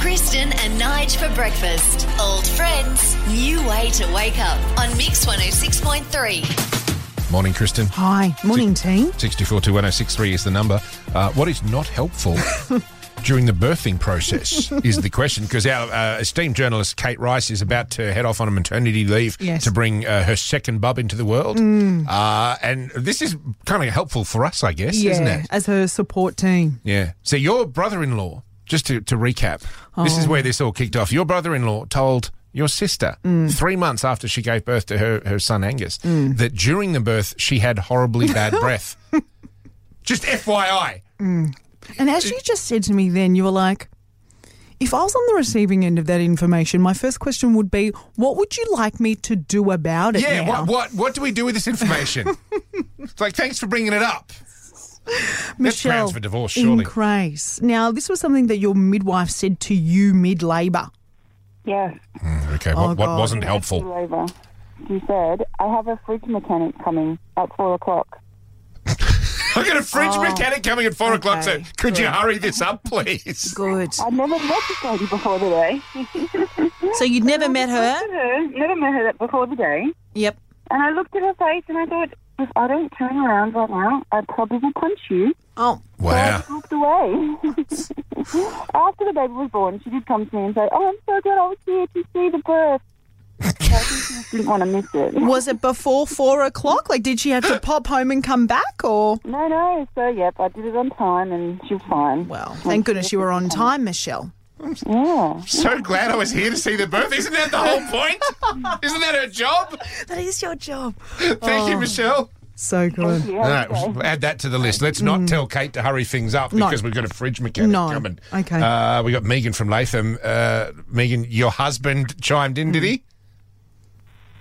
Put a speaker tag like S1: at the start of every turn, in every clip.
S1: Preston and Nige for breakfast. Old friends, new way to wake up on Mix 106.3.
S2: Morning, Kristen.
S3: Hi, morning team.
S2: 64 to 1063 is the number. Uh, what is not helpful during the birthing process is the question because our uh, esteemed journalist Kate Rice is about to head off on a maternity leave
S3: Yes. Mm.
S2: to bring uh, her second bub into the world. Uh, and this is kind of helpful for us, I guess, isn't
S3: Yeah,
S2: it?
S3: as her support team.
S2: Yeah. So your brother-in-law, just to, to recap, this
S3: Oh.
S2: is where this all kicked off. Your brother-in-law told your sister
S3: Mm.
S2: three months after she gave birth to her, her son Angus that during the birth she had horribly bad breath. Just FYI.
S3: And as you just said to me then, you were like, if I was on the receiving end of that information, my first question would be, what would you like me to do about it?
S2: Yeah,
S3: now?
S2: what, what what do we do with this information? it's like thanks for bringing it up. That's
S3: Michelle
S2: grounds for divorce,
S3: in
S2: surely.
S3: Grace. Now, this was something that your midwife said to you mid labour.
S4: Yes,
S2: Okay,
S3: Oh,
S2: what, what
S3: God.
S2: wasn't
S4: pull
S2: helpful?
S4: over. She said, I have a fridge mechanic coming at four o'clock.
S2: I've got a fridge mechanic coming at four o'clock, so
S3: Oh. okay,
S2: could you hurry this up, please?
S3: Good.
S4: I'd never met this lady before the day.
S3: So you'd never met her?
S4: Met her, never met her before the day.
S3: Yep.
S4: And I looked at her face and I thought, if I don't turn around right now, I'd probably punch you.
S3: Oh,
S4: So I
S2: Wow.
S4: just walked away. After the baby was born, she did come to me and say, Oh, I'm so glad I was here to see the birth. So I think she just didn't want to miss it.
S3: was it before four o'clock? Like, did she have to pop home and come back, or?
S4: No, no. So, yep, I did it on time and she was fine.
S3: Well, thank goodness you were on time, Michelle.
S4: Yeah.
S2: So glad I was here to see the birth. Isn't that the whole point? Isn't that her job?
S3: That is your job.
S2: Thank
S3: Oh.
S2: you, Michelle.
S3: So good.
S4: Yeah,
S2: All
S4: okay.
S2: right, add that to the list. Let's not tell Kate to hurry things up
S3: Mm. No.
S2: because we've got a fridge mechanic
S3: No.
S2: coming.
S3: Okay.
S2: Uh, we got Megan from Latham. Uh, Megan, your husband chimed in, did
S3: Mm.
S2: he?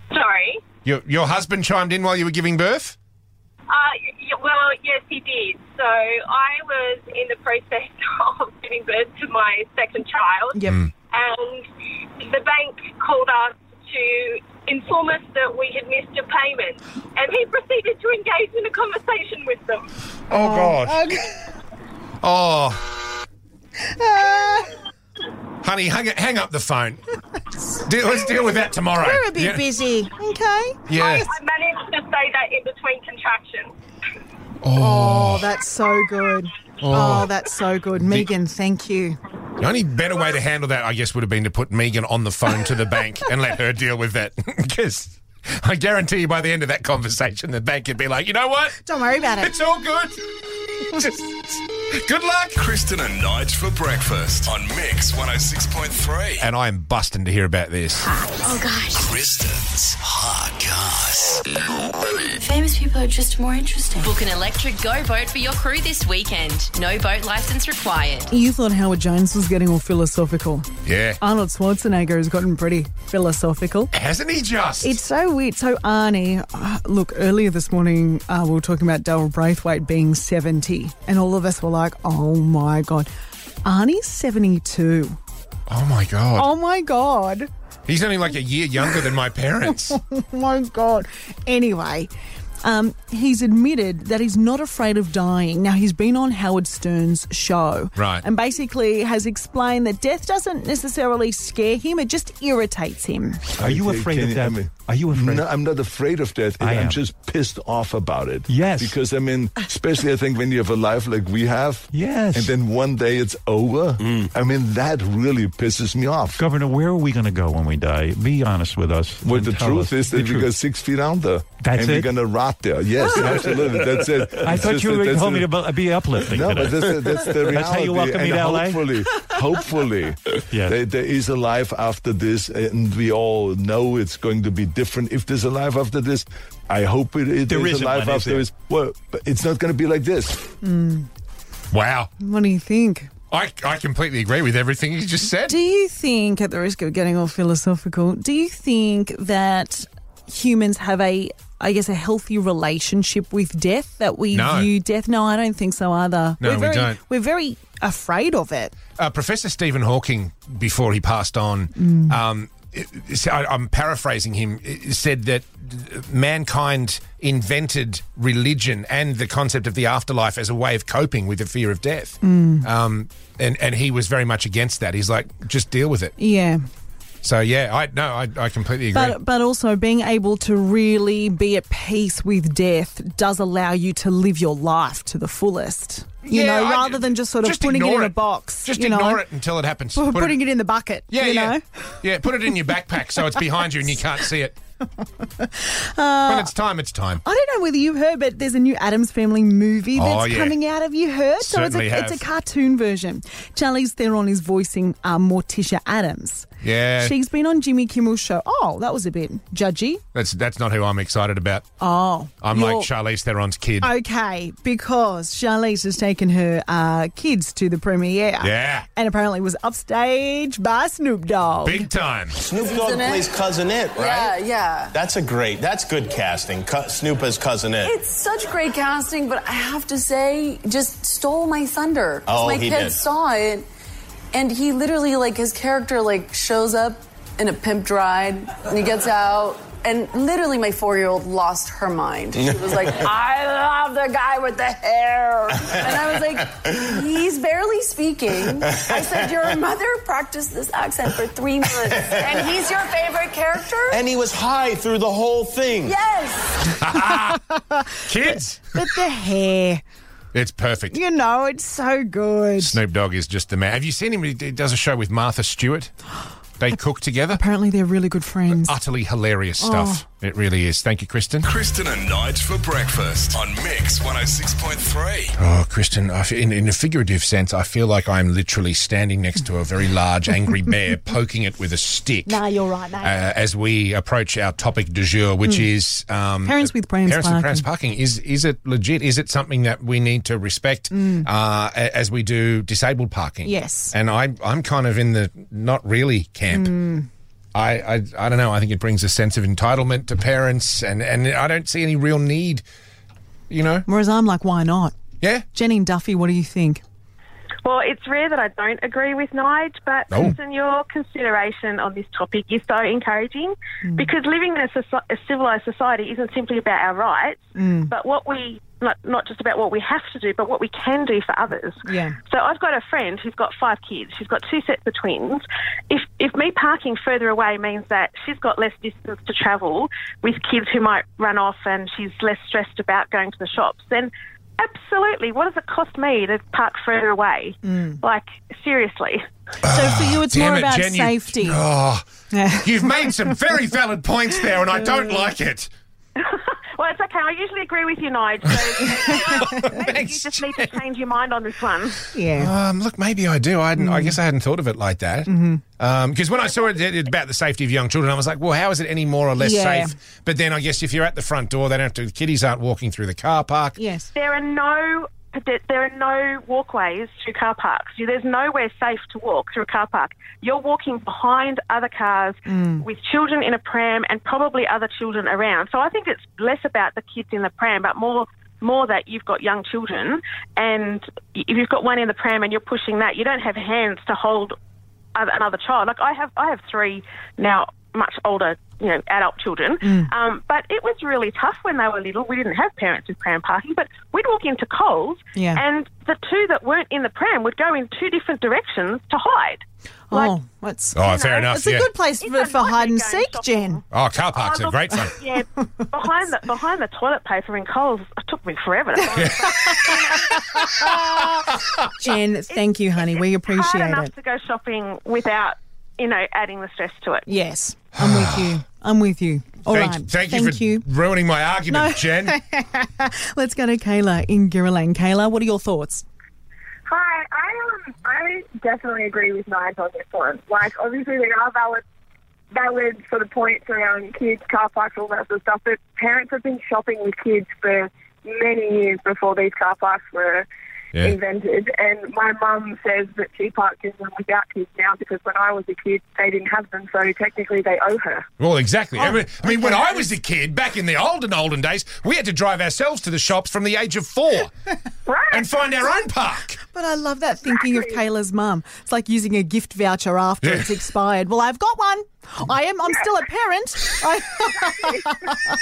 S5: Sorry.
S2: Your, your husband chimed in while you were giving birth?
S5: Uh, y- y- well, yes, he did. So I was in the process of giving birth to my second child,
S2: Mm.
S3: Yep.
S5: and the bank called us to inform us that we had missed a payment, and he proceeded to engage in a conversation with them.
S2: Oh, God. Oh. Honey, hang, hang up the phone. Deal- let's deal with that tomorrow.
S3: We're a bit
S2: yeah.
S3: busy. Okay.
S2: Yeah.
S5: I managed to say that in between contractions.
S3: Oh, that's so good. Oh, that's so good. Megan, thank you.
S2: The only better way to handle that, I guess, would have been to put Megan on the phone to the bank and let her deal with that. Because I guarantee you, by the end of that conversation, the bank would be like, you know what?
S3: Don't worry about it.
S2: It's all good. Just good luck.
S6: Kristen and Nige for breakfast on Mix 106.3.
S2: And I am busting to hear about this.
S6: Kristen's hot goss.
S7: Famous people are just more interesting.
S1: Book an electric go boat for your crew this weekend. No boat license required.
S3: You thought Howard Jones was getting all philosophical.
S2: Yeah.
S3: Arnold Schwarzenegger has gotten pretty philosophical.
S2: Hasn't he just?
S3: It's so weird. So, Arnie, uh, look, earlier this morning, uh, we were talking about Daryl Braithwaite being 70, and all of us were like, oh my God. Arnie's 72.
S2: oh my God.
S3: Oh my God.
S2: He's only like a year younger than my parents.
S3: my god. Anyway, um, he's admitted that he's not afraid of dying. Now he's been on Howard Stern's show,
S2: Right.
S3: And basically has explained that death doesn't necessarily scare him; it just irritates him.
S8: Are you
S9: Can-
S8: afraid
S9: can
S8: of
S9: you-
S8: death?
S9: I mean-
S8: Are you afraid?
S9: No, I'm not afraid of death.
S8: I
S9: I'm
S8: am.
S9: just pissed off about it.
S8: Yes.
S9: Because, I mean, especially I think when you have a life like we have.
S8: Yes.
S9: And then one day it's over. I mean, that really pisses me off.
S8: Governor, where are we going to go when we die? Be honest with us.
S9: Well,
S8: and
S9: the
S8: tell us
S9: truth is that
S8: the
S9: we
S8: truth.
S9: go six feet under.
S8: That's
S9: and
S8: it?
S9: we're going to rot there. Yes, absolutely. That's it.
S8: I
S9: It's
S8: thought
S9: just
S8: you
S9: that-
S8: were
S9: that's
S8: told me
S9: it.
S8: to bu- be uplifting.
S9: No,
S8: today.
S9: but that's, that's the reality.
S8: That's how you welcome me
S9: and
S8: to LA?
S9: Hopefully, hopefully
S8: Yes.
S9: there- there is a life after this, and we all know it's going to be different. If there's a life after this, I hope it, it
S8: There
S9: is
S8: isn't
S9: a life
S8: one, is
S9: after
S8: there?
S9: this. Well, but it's not going to be like this.
S2: wow.
S3: What do you think?
S2: I, I completely agree with everything you just said.
S3: Do you think, at the risk of getting all philosophical, do you think that humans have a, I guess, a healthy relationship with death? That we
S2: No.
S3: view death? No, I don't think so either.
S2: No,
S3: we're
S2: we
S3: very,
S2: don't.
S3: We're very afraid of it. Mm.
S2: uh, Professor Stephen Hawking, before he passed on, um, so I- I'm paraphrasing him, i- said that mankind invented religion and the concept of the afterlife as a way of coping with the fear of death.
S3: Mm.
S2: Um, and, and he was very much against that. He's like, just deal with it.
S3: Yeah.
S2: So, yeah, I no, I, I completely agree.
S3: But but also being able to really be at peace with death does allow you to live your life to the fullest. You
S2: Yeah,
S3: know,
S2: I-
S3: rather than just sort of putting it
S2: ignore
S3: in a box.
S2: Just
S3: you
S2: ignore
S3: know,
S2: it until it happens.
S3: Put,
S2: Put
S3: putting it, in the bucket.
S2: Yeah,
S3: you
S2: yeah.
S3: know?
S2: Yeah, put it in your backpack so it's behind you and you can't see it.
S3: Uh,
S2: when it's time, it's time.
S3: I don't know whether you've heard, but there's a new Adams Family movie
S2: Oh,
S3: that's
S2: yeah.
S3: coming out. Have you heard?
S2: Certainly
S3: so it's a,
S2: have.
S3: it's a cartoon version. Charlize Theron is voicing uh, Morticia Adams.
S2: Yeah.
S3: She's been on Jimmy Kimmel's show. Oh, that was a bit judgy.
S2: That's that's not who I'm excited about.
S3: Oh,
S2: I'm like
S3: you're-
S2: Charlize Theron's kid.
S3: Okay, because Charlize has taken her uh, kids to the premiere.
S2: Yeah.
S3: And apparently was upstage by Snoop Dogg.
S2: Big time.
S10: Snoop Dogg plays Cousinette,
S11: Yeah,
S10: right?
S11: yeah.
S10: That's a great, that's good casting. Cu- Snoop as Cousinette.
S11: It's such great casting, but I have to say, just stole my thunder. 'Cause
S10: Oh,
S11: my
S10: he
S11: kid
S10: did.
S11: saw it, and he literally like his character like shows up in a pimped ride, and he gets out. And literally, my four-year-old lost her mind. She was like, "I love the guy with the hair," and I was like, "He's barely speaking." I said, "Your mother practiced this accent for three months, and he's your favorite character."
S10: and he was high through the whole thing.
S11: Yes.
S2: Kids.
S3: But the hair,
S2: It's perfect.
S3: you know, it's so good.
S2: Snoop Dogg is just the man. Have you seen him? He d- does a show with Martha Stewart. They cook together.
S3: Apparently, they're really good friends.
S2: Utterly hilarious stuff.
S3: Oh.
S2: It really is. Thank you, Kristen.
S6: Kristen and Nige for breakfast on Mix 106.3.
S2: Oh, Kristen, I f- in, in a figurative sense, I feel like I'm literally standing next to a very large angry bear poking it with a stick.
S3: Nah, you're right, mate. Hmm.
S2: Uh, as we approach our topic du jour, which is um,
S3: Parents with parents
S2: parents with
S3: parking.
S2: parents parking. Is is it legit? Is it something that we need to respect uh, a- as we do disabled parking?
S3: Hmm. Yes.
S2: And I I'm kind of in the not really camp.
S3: Hmm.
S2: I, I I don't know. I think it brings a sense of entitlement to parents, and, and I don't see any real need. You know?
S3: Whereas I'm like, why not?
S2: Yeah.
S3: Jenny and Duffy, what do you think?
S5: Well, it's rare that I don't agree with Nige, but
S2: Oh.
S5: Kristen, your consideration on this topic is so encouraging because living in a, soci- a civilized society isn't simply about our rights, but what we not, not just about what we have to do, but what we can do for others.
S3: Yeah.
S5: So I've got a friend who's got five kids. She's got two sets of twins. If if me parking further away means that she's got less distance to travel with kids who might run off and she's less stressed about going to the shops, then absolutely, what does it cost me to park further away? Like seriously.
S3: so for you, it's
S2: Ah, Damn
S3: more
S2: it,
S3: about
S2: Jen, you-
S3: safety.
S2: Oh, you've made some very valid points there, and I don't like it.
S5: Well, it's okay. I usually agree with you, Nige. So maybe you
S2: Thanks,
S5: just need to change your mind on this one.
S3: yeah.
S2: Um, look, maybe I do. I, hadn't,
S3: Hmm.
S2: I guess I hadn't thought of it like that. Because
S3: Mm-hmm.
S2: when I saw it, it- it about the safety of young children, I was like, well, how is it any more or less
S3: Yeah.
S2: safe? But then I guess if you're at the front door, they don't have to. The kiddies aren't walking through the car park.
S3: Yes.
S5: There are no there are no walkways through car parks. There's nowhere safe to walk through a car park. You're walking behind other cars with children in a pram and probably other children around. So I think it's less about the kids in the pram, but more more that you've got young children and y- if you've got one in the pram and you're pushing that, you don't have hands to hold oth- another child. Like I have, I have three now, much older, you know, adult children. Um, but it was really tough when they were little. We didn't have parents with pram parking, but we'd walk into Coles,
S3: Yeah.
S5: and the two that weren't in the pram would go in two different directions to hide. Like,
S3: oh, that's.
S2: Oh, fair enough.
S3: It's a
S2: yeah.
S3: good place
S5: It's
S3: for,
S5: a
S3: for
S5: lovely
S3: hide and
S5: game
S3: seek,
S5: shopping.
S3: Jen.
S2: Oh, car parks are
S5: look-
S2: great fun.
S5: yeah, behind the behind the toilet paper in Coles, it took me forever to find. it.
S3: Jen, thank you, honey. We
S5: Hard
S3: appreciate
S5: enough
S3: it.
S5: to go shopping without, you know, adding the stress to it.
S3: Yes, I'm with you. I'm with you. All right.
S2: Thank, thank you for ruining my argument, Jen.
S3: Let's go to Kayla in Girrawlang. Kayla, what are your thoughts?
S5: Hi, I um, I definitely agree with Nige on this one. Like, obviously there are valid, valid sort of points around kids, car parks, all that sort of stuff. But parents have been shopping with kids for many years before these car parks were
S2: Yeah.
S5: invented. And my mum says that she parked in them without kids now because when I was a kid, they didn't have them, so technically they owe her.
S2: Well,
S3: Oh,
S2: exactly. I mean, I mean when I was a kid, back in the olden, olden days, we had to drive ourselves to the shops from the age of four and find our own park.
S3: But I love that thinking of Kayla's mum. It's like using a gift voucher after
S2: Yeah.
S3: it's expired. Well, I've got one. I am. I'm still a parent. I-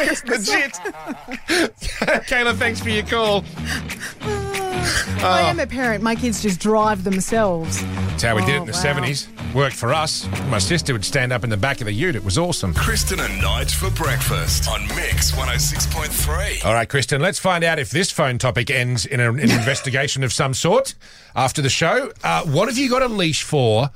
S2: It's legit. Kayla, thanks for your call.
S3: I
S2: Ah.
S3: am a parent. My kids just drive themselves.
S2: That's how we did it
S3: Oh,
S2: in the
S3: wow.
S2: 70s. Worked for us. My sister would stand up in the back of the ute. It was awesome.
S6: Kristen and Nige for breakfast on Mix 106.3.
S2: All right, Kristen, let's find out if this phone topic ends in an, an investigation of some sort after the show. Uh, what have you got a leash for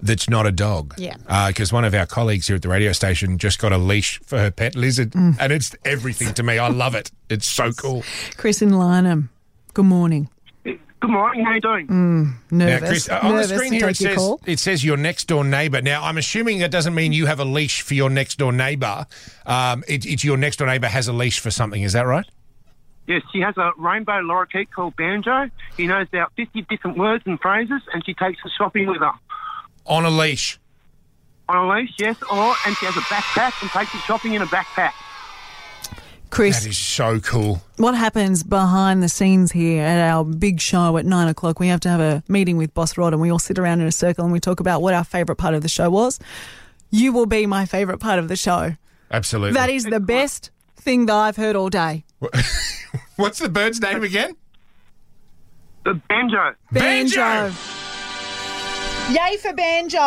S2: that's not a dog?
S3: Yeah.
S2: Because one of our colleagues here at the radio station just got a leash for her pet lizard, and it's everything to me. I love it. It's so cool.
S3: Chris and Lynham, good morning.
S9: Good morning. How you doing?
S3: Mm, nervous.
S2: Now, Chris, uh, on
S3: nervous
S2: the screen
S3: to
S2: here it
S3: take your
S2: says,
S3: call.
S2: it says your next door neighbour. Now, I'm assuming that doesn't mean you have a leash for your next door neighbour. Um, it, it's your next door neighbour has a leash for something. Is that right?
S9: Yes, she has a rainbow lorikeet called Banjo. He knows about 50 different words and phrases, and she takes us shopping with her.
S2: On a leash.
S9: On a leash, yes, or, and she has a backpack and takes us shopping in a backpack.
S3: Chris.
S2: That is so cool.
S3: What happens behind the scenes here at our big show at nine o'clock? We have to have a meeting with Boss Rod and we all sit around in a circle and we talk about what our favourite part of the show was. You will be my favourite part of the show.
S2: Absolutely.
S3: That is the best thing that I've heard all day.
S2: What's the bird's name again?
S9: The Banjo.
S3: Banjo. Yay for banjo.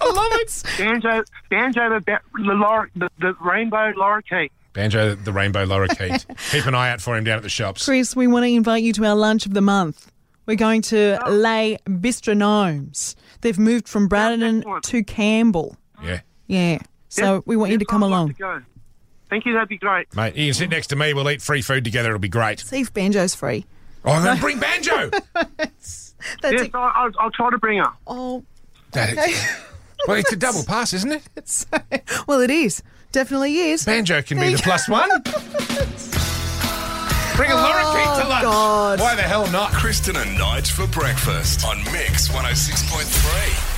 S3: I love it.
S9: Banjo, banjo the, ba- the, lor- the, the rainbow lorikeet.
S2: Banjo, the rainbow lorikeet. Keep an eye out for him down at the shops.
S3: Chris, we want to invite you to our lunch of the month. We're going to lay bistronomes. They've moved from Bradenton to Campbell.
S2: Yeah.
S3: Yeah. So we want you to come along.
S9: Go. Thank you, that'd be great.
S2: Mate, you can sit next to me. We'll eat free food together. It'll be great.
S3: See if banjo's free.
S2: Oh, then bring banjo.
S9: yes, i I'll, I'll try to bring her.
S3: Oh,
S2: That is- well, it's a double pass, isn't it?
S3: It's- well, it is. Definitely is.
S2: Banjo can be the plus one. Bring a
S3: Oh,
S2: lorikeet to lunch.
S3: God.
S2: Why the hell not?
S6: oh Kristen and Nige for breakfast on Mix 106.3.